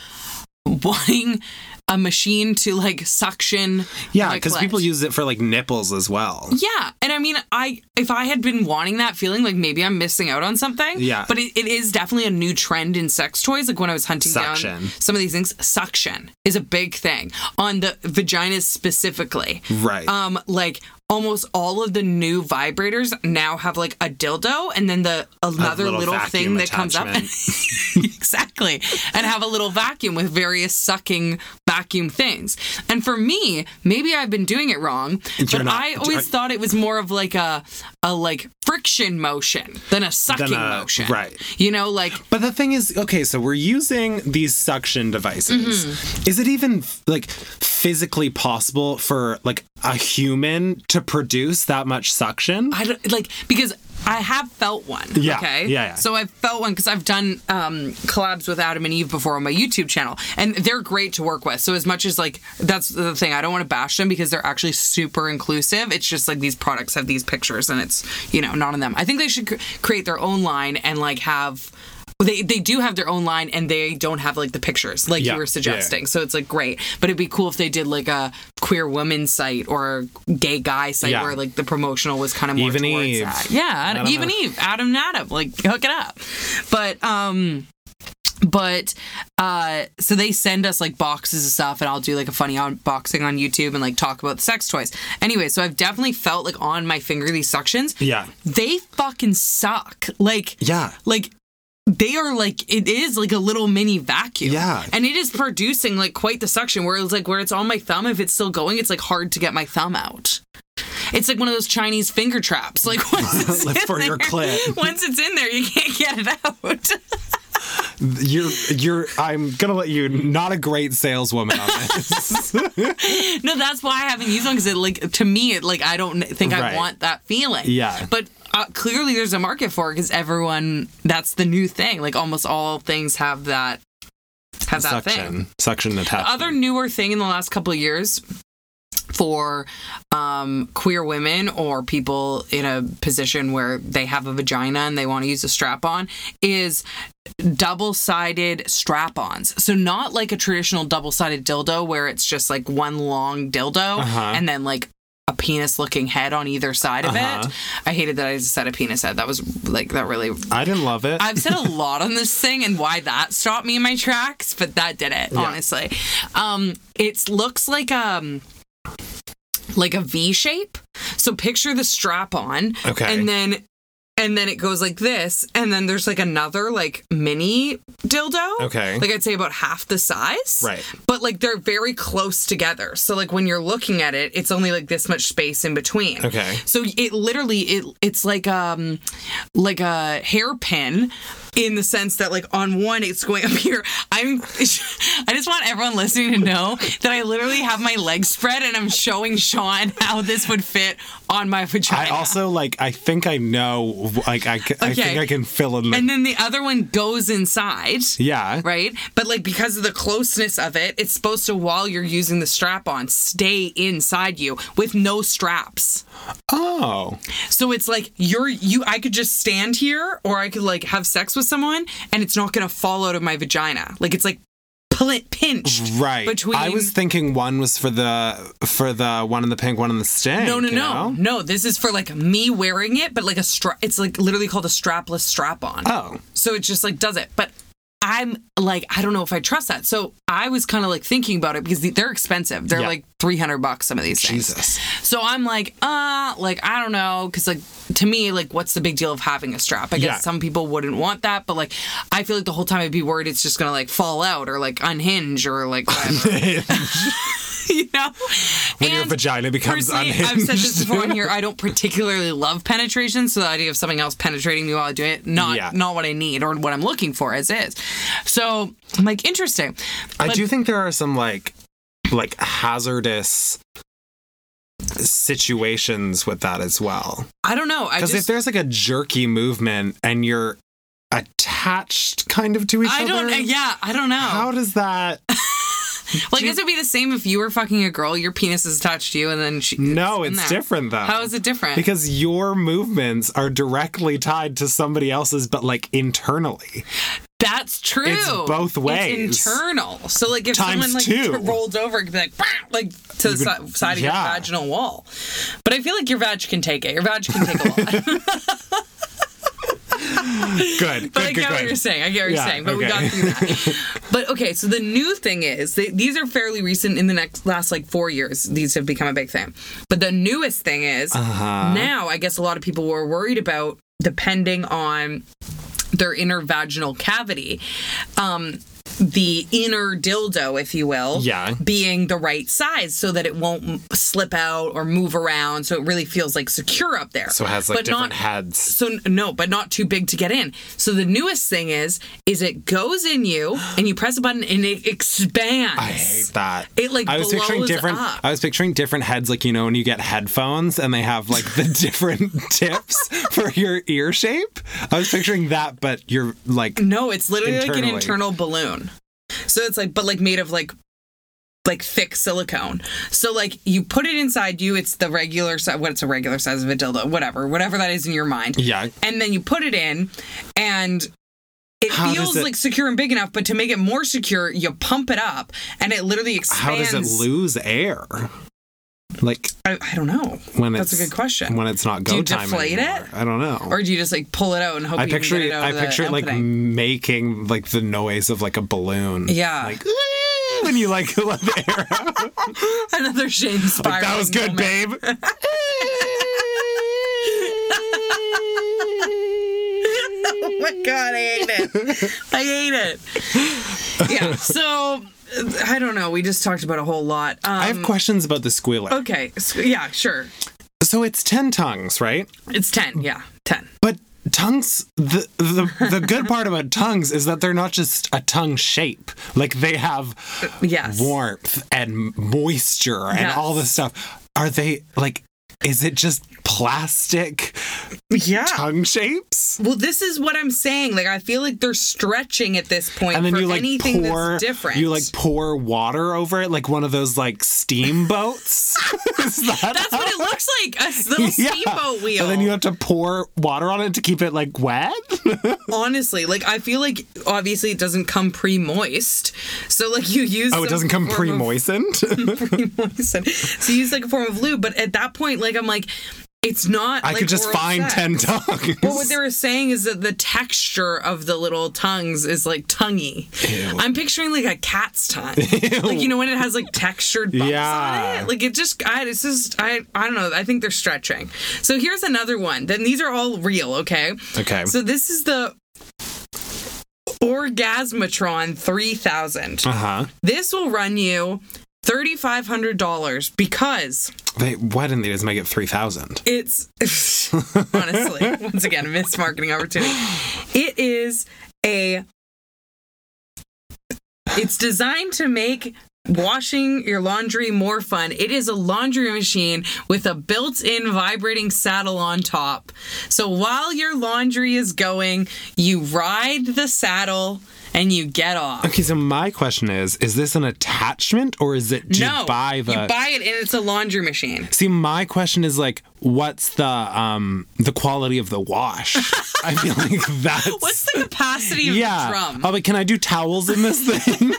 wanting a machine to like suction.
Yeah,
my
because
clit.
people use it for like nipples as well.
Yeah, and I mean, I if I had been wanting that feeling, like maybe I'm missing out on something.
Yeah.
but it, it is definitely a new trend in sex toys. Like when I was hunting down
Suction.
some of these things, suction is a big thing on the vaginas specifically.
Right.
Um, like almost all of the new vibrators now have like a dildo and then the another
little
little,
vacuum
thing that comes up. exactly, and have a little vacuum with various sucking vacuum things. And for me, maybe I've been doing it wrong, but
not-
I always
I-
thought it was more of like a a like friction motion than a sucking
a-
motion.
right.
You know, like
But the thing is, okay, so we're using these suction devices.
Mm-hmm.
Is it even like physically possible for like a human to produce that much suction?
I don't like because I have felt one.
Yeah,
Okay.
yeah, yeah.
So I've felt one because I've done um, collabs with Adam and Eve before on my YouTube channel, and they're great to work with. So as much as like that's the thing, I don't want to bash them because they're actually super inclusive. It's just like these products have these pictures, and it's you know not on them. I think they should cr- create their own line and like have. They, they do have their own line and they don't have like the pictures like
Yeah,
you
yeah, yeah.
were suggesting so it's like great but it'd be cool if they did like a queer woman site or a gay guy site
Yeah.
where like the promotional was kind of more
Even
towards
Eve.
that. Yeah, Adam,
don't
even
know.
Eve, Adam, Adam, like hook it up. But um, but uh, so they send us like boxes of stuff, and I'll do like a funny unboxing on YouTube and like talk about the sex toys. Anyway, so I've definitely felt like on my finger these suctions.
Yeah.
They fucking suck. Like
Yeah.
like they are like it is like a little mini vacuum.
Yeah.
And it is producing like quite the suction where it's like where it's on my thumb, if it's still going, it's like hard to get my thumb out. It's like one of those Chinese finger traps. Like once it's
Like
in
for
there,
your clit.
once it's in there, you can't get it out.
You're you're I'm gonna let you not a great saleswoman on this.
No, that's why I haven't used one because it like to me it like I don't think
Right.
I want that feeling.
Yeah.
But uh, clearly there's a market for it because everyone that's the new thing. Like almost all things have that have that
suction.
thing.
Suction attachment.
Other newer thing in the last couple of years for um, queer women or people in a position where they have a vagina and they want to use a strap on is double sided strap ons. So, not like a traditional double sided dildo where it's just like one long dildo
Uh-huh.
and then like a penis looking head on either side of
Uh-huh.
it. I hated that I just said a penis head. That was like, that really.
I didn't love it.
I've said a lot on this thing and why that stopped me in my tracks, but that did it, honestly. Um, it looks like um like a V shape. So picture the strap on.
Okay.
And then and then it goes like this, and then there's like another like mini dildo.
Okay.
Like I'd say about half the size.
Right.
But like they're very close together. So like when you're looking at it, it's only like this much space in between.
Okay.
So it literally it it's like um like a hairpin in the sense that like on one it's going up here. I'm I just want everyone listening to know that I literally have my legs spread and I'm showing Sean how this would fit on my
I
vagina.
also like. I think I know. Like I, c- I
Okay.
think I can fill in the.
and then the other one goes inside.
yeah.
Right? But like because of the closeness of it, it's supposed to while you're using the strap on, stay inside you with no straps.
Oh.
So it's like you're you I could just stand here or I could like have sex with someone and it's not gonna fall out of my vagina. Like it's like pl- pinched.
Right.
Between
I was thinking one was for the for the one in the pink, one in the stink.
no, no,
you know?
no, no. This is for like me wearing it, but like a strap. It's like literally called a strapless strap on.
Oh.
So it just like does it. But I'm like, I don't know if I trust that. So I was kind of like thinking about it because the- they're expensive. They're
Yeah.
like 300 bucks, some of these things.
Jesus.
So I'm like, uh, like, I don't know. Cause like, to me, like, what's the big deal of having a strap? I guess
Yeah.
some people wouldn't want that, but like, I feel like the whole time I'd be worried it's just gonna like fall out or like unhinge or like whatever, you know?
when your
And
vagina becomes
personally,
unhinged.
I've said this before on here. I don't particularly love penetration, so the idea of something else penetrating me while I do it, not
Yeah.
not what I need or what I'm looking for as is. So I'm like, interesting.
I do think there are some like like hazardous situations with that as well.
I don't know. I
Because if
just
there's like a jerky movement and you're attached kind of to each
I
other,
don't. eh, yeah, I don't know.
how does that?
like this would be the same if you were fucking a girl, your penis is attached to you, and then she.
No,
in
it's
there.
different though.
How is it different?
because your movements are directly tied to somebody else's, but like internally.
That's true.
It's both ways.
It's internal. So like if
Times
someone like
two.
t- rolled over, it could be like "Bah!" like to the si- side of
yeah.
your vaginal wall. But I feel like your vag can take it. Your vag can take a lot.
Good,
but I
good,
get
good,
what you're
good.
saying. I get what
Yeah,
you're saying. But we
okay.
got through that. but okay, so the new thing is they, these are fairly recent. In the next last like four years, these have become a big thing. But the newest thing is
Uh-huh.
now I guess a lot of people were worried about depending on their inner vaginal cavity. Um, the inner dildo, if you will,
Yeah.
being the right size so that it won't m- slip out or move around, so it really feels like secure up there.
So it has like
But
different
not-
heads.
so n- no, but not too big to get in. So the newest thing is, is it goes in you and you press a button and it expands.
I hate that.
It, like,
I was picturing
blows
different.
up.
I was picturing different heads, like you know, when you get headphones and they have like the different tips for your ear shape. I was picturing that, but you're like
No, it's literally like
Internally.
an internal balloon. So it's like, but like made of like, like thick silicone. So like you put it inside you. It's the regular size. What's a regular size of a dildo? Whatever, whatever that is in your mind.
yeah.
and then you put it in and it
How does
feels
it-
like secure and big enough but to make it more secure you pump it up and it literally
How
expands
does it lose air? Like
I, I don't know
when
that's a
it's
good question
when it's not go
Do you
time
deflate
anymore.
it?
I don't know.
or do you just like pull it out and hope
I
you
picture
can
it,
get it out
I
of
picture
the
it like
opening?
making like the noise of like a balloon.
Yeah.
Like "Eh," when you like let the air out.
another Shane spiral
That was good,
moment.
babe.
oh my God, I hate it. I hate it. Yeah. So I don't know. We just talked about a whole lot. Um,
I have questions about the squealer.
okay. So, yeah. Sure.
So it's ten tongues, right?
It's ten. Yeah. Ten.
But tongues, the the the good part about tongues is that they're not just a tongue shape. Like they have
Uh, Yes.
warmth and moisture and
Yes.
all this stuff. Are they like? Is it just plastic
Yeah.
tongue shapes?
Well, this is what I'm saying. Like, I feel like they're stretching at this point
And then
for
you like
anything
pour,
that's different.
you like pour water over it, like one of those like steamboats. is that
that's what it looks like a little steamboat wheel.
And then you have to pour water on it to keep it like wet.
Honestly, like I feel like obviously it doesn't come pre-moist, so like you use
Oh, it
some
doesn't come
form of-
pre-moistened.
pre-moistened. so you use like a form of lube. But at that point, like I'm like, it's not.
I
like,
could just
oral
find
sex.
ten tongues.
But what they were saying is that the texture of the little tongues is like tonguey.
Ew.
I'm picturing like a cat's tongue. Like you know when it has like textured bumps
Yeah.
on it. Like it just I it's just I I don't know. I think they're stretching. So here's another one. Then these are all real, okay?
Okay.
So this is the Orgasmatron 3000.
uh huh.
This will run you $3500 because
They why didn't they just make it three thousand?
it's honestly, once again, missed marketing opportunity. It is a. It's designed to make washing your laundry more fun. It is a laundry machine with a built-in vibrating saddle on top. So while your laundry is going, you ride the saddle and you get off.
Okay, so my question is: Is this an attachment or is it? Do
no,
you buy the?
you buy it and it's a laundry machine.
See, my question is like, what's the um the quality of the wash? I feel like that's
What's the capacity of
yeah.
the drum?
Oh, but can I do towels in this thing?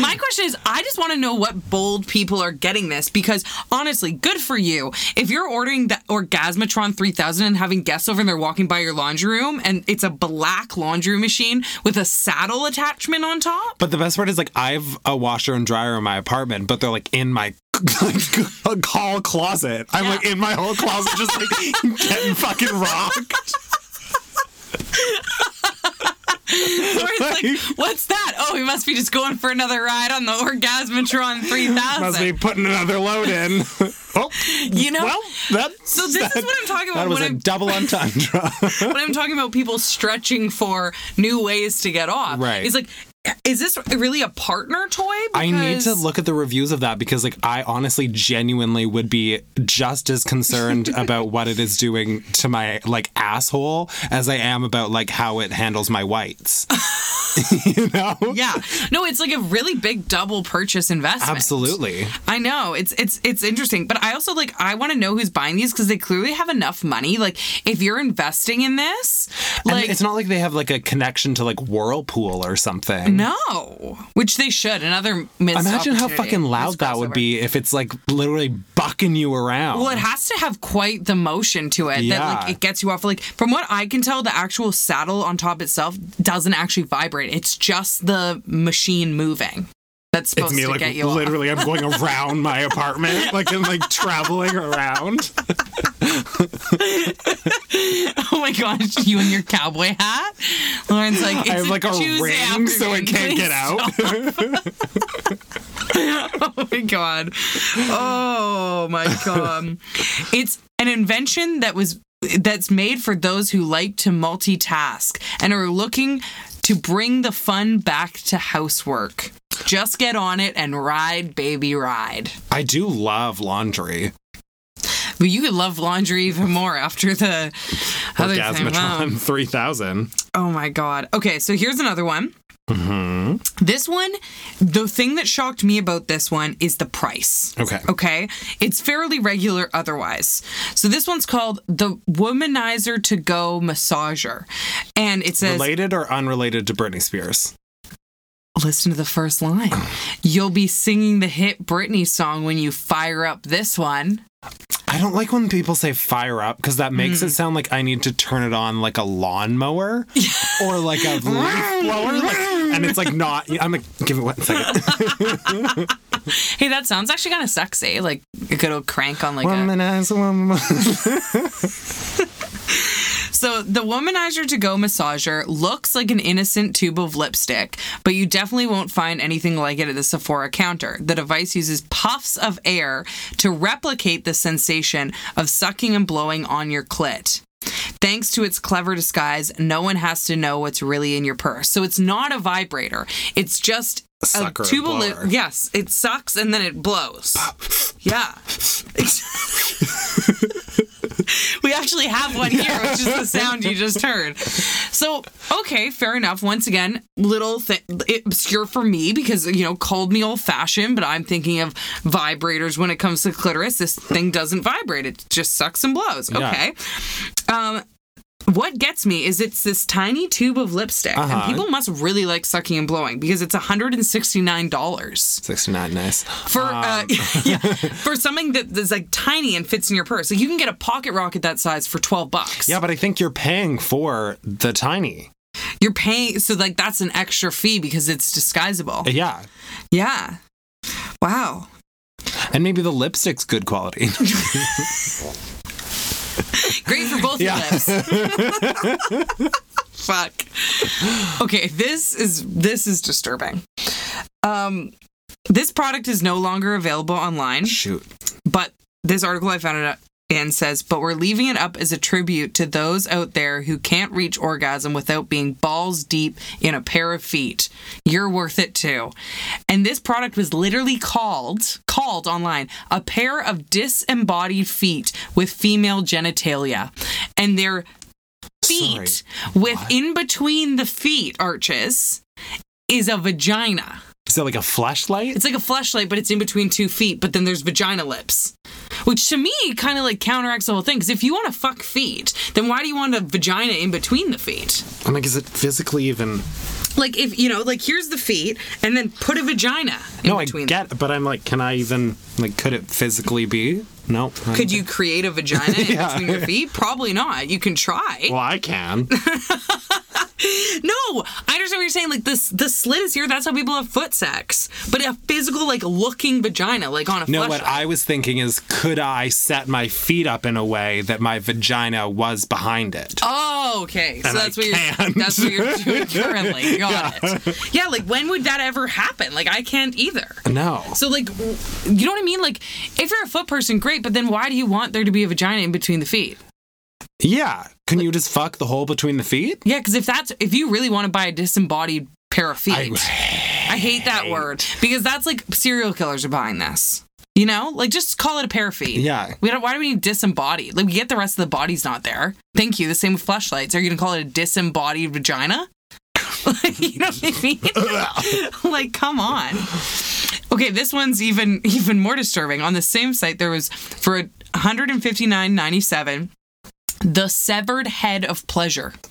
My question is I just want to know what bold people are getting this because honestly, good for you. If you're ordering the Orgasmatron 3000 and having guests over and they're walking by your laundry room and it's a black laundry machine with a saddle attachment on top.
but the best part is like, I have a washer and dryer in my apartment, but they're like in my like, hall closet. I'm like
Yeah.
in my whole closet, just like getting fucking rocked.
Or it's like, what's that? Oh, he must be just going for another ride on the Orgasmatron 3000.
Must be putting another load in. oh,
You know?
well, that
So this is
that-
what I'm talking about
That was
when
a
I'm-
double entendre.
when I'm talking about people stretching for new ways to get off.
Right.
It's like, is this really a partner toy?
I need to
Because-
look at the reviews of that because, like, I honestly, genuinely would be just as concerned about what it is doing to my like asshole as I am about like how it handles my whites. you know?
Yeah. No, it's like a really big double purchase investment.
Absolutely.
I know. It's it's it's interesting, but I also like I want to know who's buying these cuz they clearly have enough money. Like if you're investing in this,
And
like
it's not like they have like a connection to like Whirlpool or something.
no, which they should. Another missed
Imagine how
opportunity.
fucking
Missed
loud that would
crossover.
be if it's like literally bucking you around.
Well, it has to have quite the motion to it that like
Yeah.
it gets you off. Like from what I can tell, the actual saddle on top itself doesn't actually vibrate. It's just the machine moving. That's supposed
It's me
to
like
get you off.
literally I'm going around my apartment like I'm like traveling around.
Oh my gosh, you and your cowboy hat. Lauren's like, it's
I have like a
Tuesday
ring so it can't
afternoon.
get
Please
out.
stop. Oh my god. Oh my god. it's an invention that was that's made for those who like to multitask and are looking to bring the fun back to housework. Just get on it and ride, baby, ride.
I do love laundry.
But you could love laundry even more after the other thing. Wow.
Orgasmatron 3000.
Oh my god. Okay, so here's another one. This one, the thing that shocked me about this one is the price.
Okay.
Okay. It's fairly regular otherwise. So this one's called the Womanizer to Go Massager. And it says
Related or unrelated to Britney Spears?
listen to the first line. You'll be singing the hit Britney song when you fire up this one.
I don't like when people say fire up because that makes it sound like I need to turn it on like a lawnmower or like a leaf blower. like- and it's like not. I'm like, give me one second.
Hey, that sounds actually kind of sexy. Like a good old crank on like a
Womanizer, woman.
So So the womanizer to go massager looks like an innocent tube of lipstick, but you definitely won't find anything like it at the Sephora counter. The device uses puffs of air to replicate the sensation of sucking and blowing on your clit. Thanks to its clever disguise, no one has to know what's really in your purse. So it's not a vibrator. It's just
Sucker
a
and
tube of lip-
blower.
Yes, it sucks and then it blows. yeah. we actually have one here, which is the sound you just heard. So, okay, fair enough. Once again, little thi- it- obscure for me because you know called me old fashioned, but I'm thinking of vibrators when it comes to clitoris. This thing doesn't vibrate; it just sucks and blows.
Yeah.
Okay. Um, what gets me is it's this tiny tube of lipstick, and
Uh-huh.
people must really like sucking and blowing because it's $169
Sixty nine, nice.
for uh, yeah, for something that is like tiny and fits in your purse. Like you can get a pocket rocket that size for 12 bucks.
Yeah, but I think you're paying for the tiny.
You're paying so like that's an extra fee because it's disguisable.
Yeah,
Yeah. Wow.
and maybe the lipstick's good quality.
Great for both
Yeah.
your lips. Fuck. Okay, this is this is disturbing. Um this product is no longer available online.
Shoot.
But this article I found it in says, but we're leaving it up as a tribute to those out there who can't reach orgasm without being balls deep in a pair of feet. You're worth it too. And this product was literally called called online a pair of disembodied feet with female genitalia. And their feet with
what?
in between the feet arches is a vagina.
Is it like a flashlight?
It's like a flashlight, but it's in between two feet, but then there's vagina lips. Which to me kind of like counteracts the whole thing. Because if you want to fuck feet, then why do you want a vagina in between the feet?
I'm like, is it physically even?
Like if you know, like here's the feet, and then put a vagina in
No, I
between.
get, but I'm like, can I even like? Could it physically be? No.
Could you create a vagina in
Yeah.
between your feet? Probably not. You can try.
Well, I can.
No, I understand what you're saying. Like this, the slit is here. That's how people have foot sex. But a physical, like looking vagina, like on a
No,
fleshlight.
what I was thinking is, could I set my feet up in a way that my vagina was behind it?
Oh, okay. So
And I
that's what you're
can't.
that's what you're doing currently. Got it. Yeah, like when would that ever happen? Like I can't either.
No.
So like w- you know what I mean? Like if you're a foot person, great, but then why do you want there to be a vagina in between the feet?
Yeah. Can you just fuck the hole between the feet?
Yeah, because if that's if you really want to buy a disembodied pair of feet, I, hate that word. Because that's like serial killers are buying this. You know? Like just call it a pair of feet.
Yeah.
We don't why do we need disembodied? Like we get the rest of the body's not there. Thank you. The same with fleshlights. Are you gonna call it a disembodied vagina? you know what I mean? like, come on. Okay, this one's even even more disturbing. On the same site, there was for 159.97, the severed head of pleasure.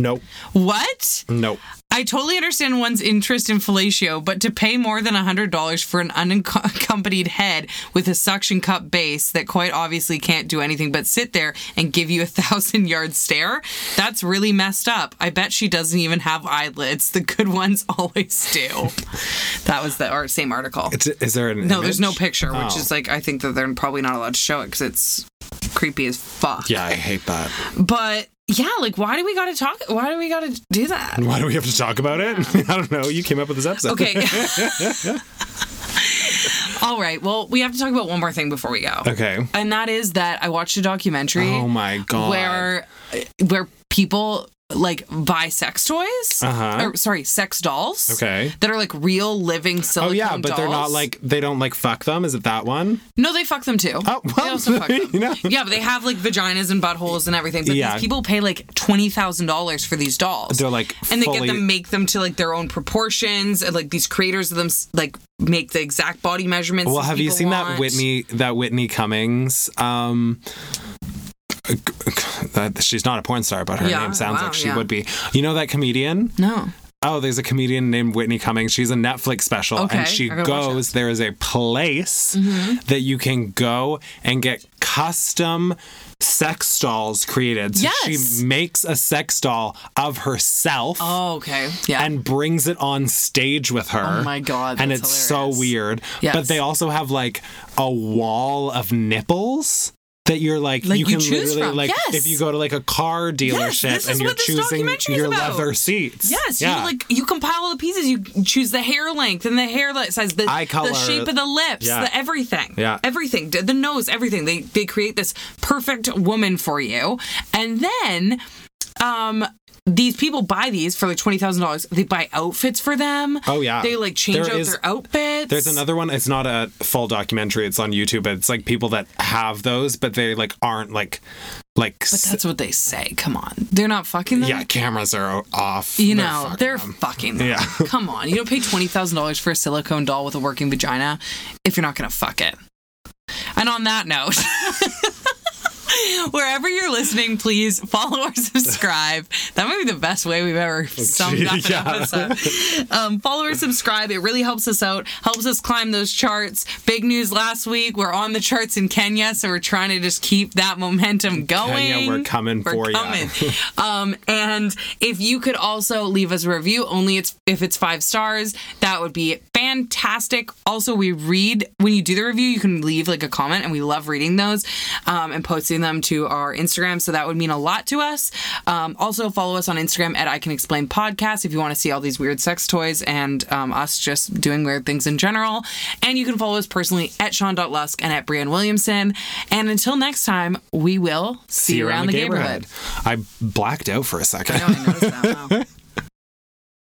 Nope.
What?
Nope.
I totally understand one's interest in fellatio, but to pay more than $100 for an unaccompanied head with a suction cup base that quite obviously can't do anything but sit there and give you a thousand yard stare, that's really messed up. I bet she doesn't even have eyelids. The good ones always do. that was the ar- same article.
It's, is there an?
no, there's no
image?
picture, which
Oh.
is like, I think that they're probably not allowed to show it because it's creepy as fuck.
Yeah, I hate that.
But yeah, like, why do we gotta talk? Why do we gotta do that?
Why do we have to talk about it? I don't know. You came up with this episode.
Okay. All right. Well, we have to talk about one more thing before we go.
Okay.
And that is that I watched a documentary
Oh my god.
where where people like buy sex toys.
Uh-huh.
Or sorry, sex dolls.
Okay.
That are like real living
Oh
silicone
yeah, but they're not
dolls.
like they don't like fuck them. Is it that one?
No, they fuck them too.
Oh,
they
well,
also fuck them.
you know.
Yeah, but they have like vaginas and buttholes and everything. But
Yeah.
these people pay like twenty thousand dollars for these dolls.
They're like
and they get
fully-
them make them to like their own proportions and like these creators of them s- like make the exact body measurements.
Well,
these
have you
people
seen
want.
that Whitney that Whitney Cummings? Um, that she's not a porn star, but her
Yeah,
name sounds
wow,
like she
yeah.
would be. You know that comedian?
No.
Oh, there's a comedian named Whitney Cummings. She's a Netflix special,
Okay,
and she
I gotta watch Mm-hmm.
goes. There is a place that you can go and get custom sex dolls created. So
Yes.
she makes a sex doll of herself
Oh, okay. Yeah.
and brings it on stage with her.
Oh my God,
and
that's
it's so
hilarious.
weird.
Yes.
But they also have like a wall of nipples. that you're like,
Like,
you
you
can
choose
literally
from.
like
Yes.
if you go to like a car dealership
this is
and you're
what this
choosing
documentary is
your
about.
leather seats.
Yes,
yeah.
you like you compile all the pieces. You choose the hair length and the hair li- size, the,
Eye color.
the shape of the lips,
Yeah.
the everything.
Yeah.
everything, the the nose, everything. They they create this perfect woman for you, and then, um. These people buy these for like twenty thousand dollars. They buy outfits for them.
Oh, yeah.
they like change
There
out
is-
their outfits.
There's another one. It's not a full documentary. It's on YouTube. But it's like people that have those, but they like aren't like like
But that's what they say. Come on, they're not fucking them.
yeah. Cameras are off.
You
They're
know,
fucking
they're
them.
fucking. them.
Yeah.
Come on. You don't pay $20,000 for a silicone doll with a working vagina if you're not going to fuck it. And on that note, wherever you're listening, please follow or subscribe. That might be the best way we've ever summed up an
Yeah.
episode. Um, follow or subscribe. It really helps us out, helps us climb those charts. Big news last week. We're on the charts in Kenya, so we're trying to just keep that momentum going.
Kenya, we're coming for ya.
um, and if you could also leave us a review, only it's if it's five stars, that would be fantastic. Also, we read when you do the review, you can leave like a comment, and we love reading those um, and posting them to our Instagram. So that would mean a lot to us. Um, also, follow us on Instagram at I Can Explain Podcast if you want to see all these weird sex toys and um, us just doing weird things in general. And you can follow us personally at Sean.Lusk and at Brian Williamson. And until next time, we will see, you around, the neighborhood.
I blacked out for a second.
No, I noticed that. Wow.